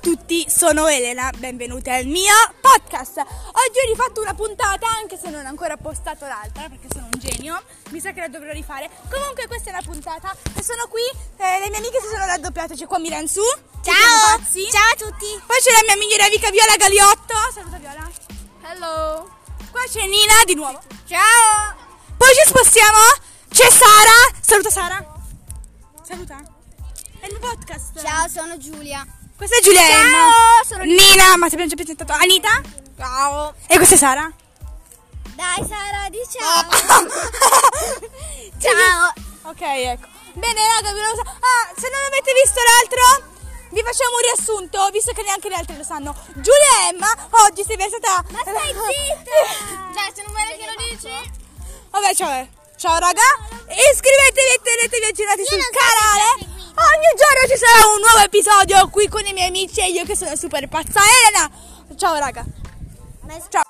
tutti, sono Elena, benvenuti al mio podcast. Oggi ho rifatto una puntata, anche se non ho ancora postato l'altra, perché sono un genio, mi sa che la dovrò rifare. Comunque questa è la puntata e sono qui, eh, le mie amiche si sono raddoppiate, c'è qua Milan Su. Ciao! Ciao a tutti! Poi c'è la mia migliore amica Viola Galiotto. Saluta Viola. Hello! Qua c'è Nina di nuovo. Ciao! Poi ci spostiamo, c'è Sara. Saluta Sara. Saluta. È il mio podcast. Ciao, sono Giulia. Questa è Giulia Ciao, Emma. sono Nina, ma ti abbiamo già presentato. Anita. Ciao! E questa è Sara. Dai Sara, diciamo! Ciao! Ok, ecco. Bene, raga, vi volevo sa- Ah, se non avete visto l'altro, vi facciamo un riassunto, visto che neanche gli altri lo sanno. Giulia e Emma, oggi si è stata... Ma stai zitta! Cioè, se non vuoi che lo dici... Io Vabbè, ciao. eh. Ciao raga, iscrivetevi e tenetevi aggiornati Io sul non so se canale. ci seguite. Ogni giorno ci sarà un nuovo episodio qui con i miei amici e io che sono super pazza Elena. Ciao raga. Ma- Ciao.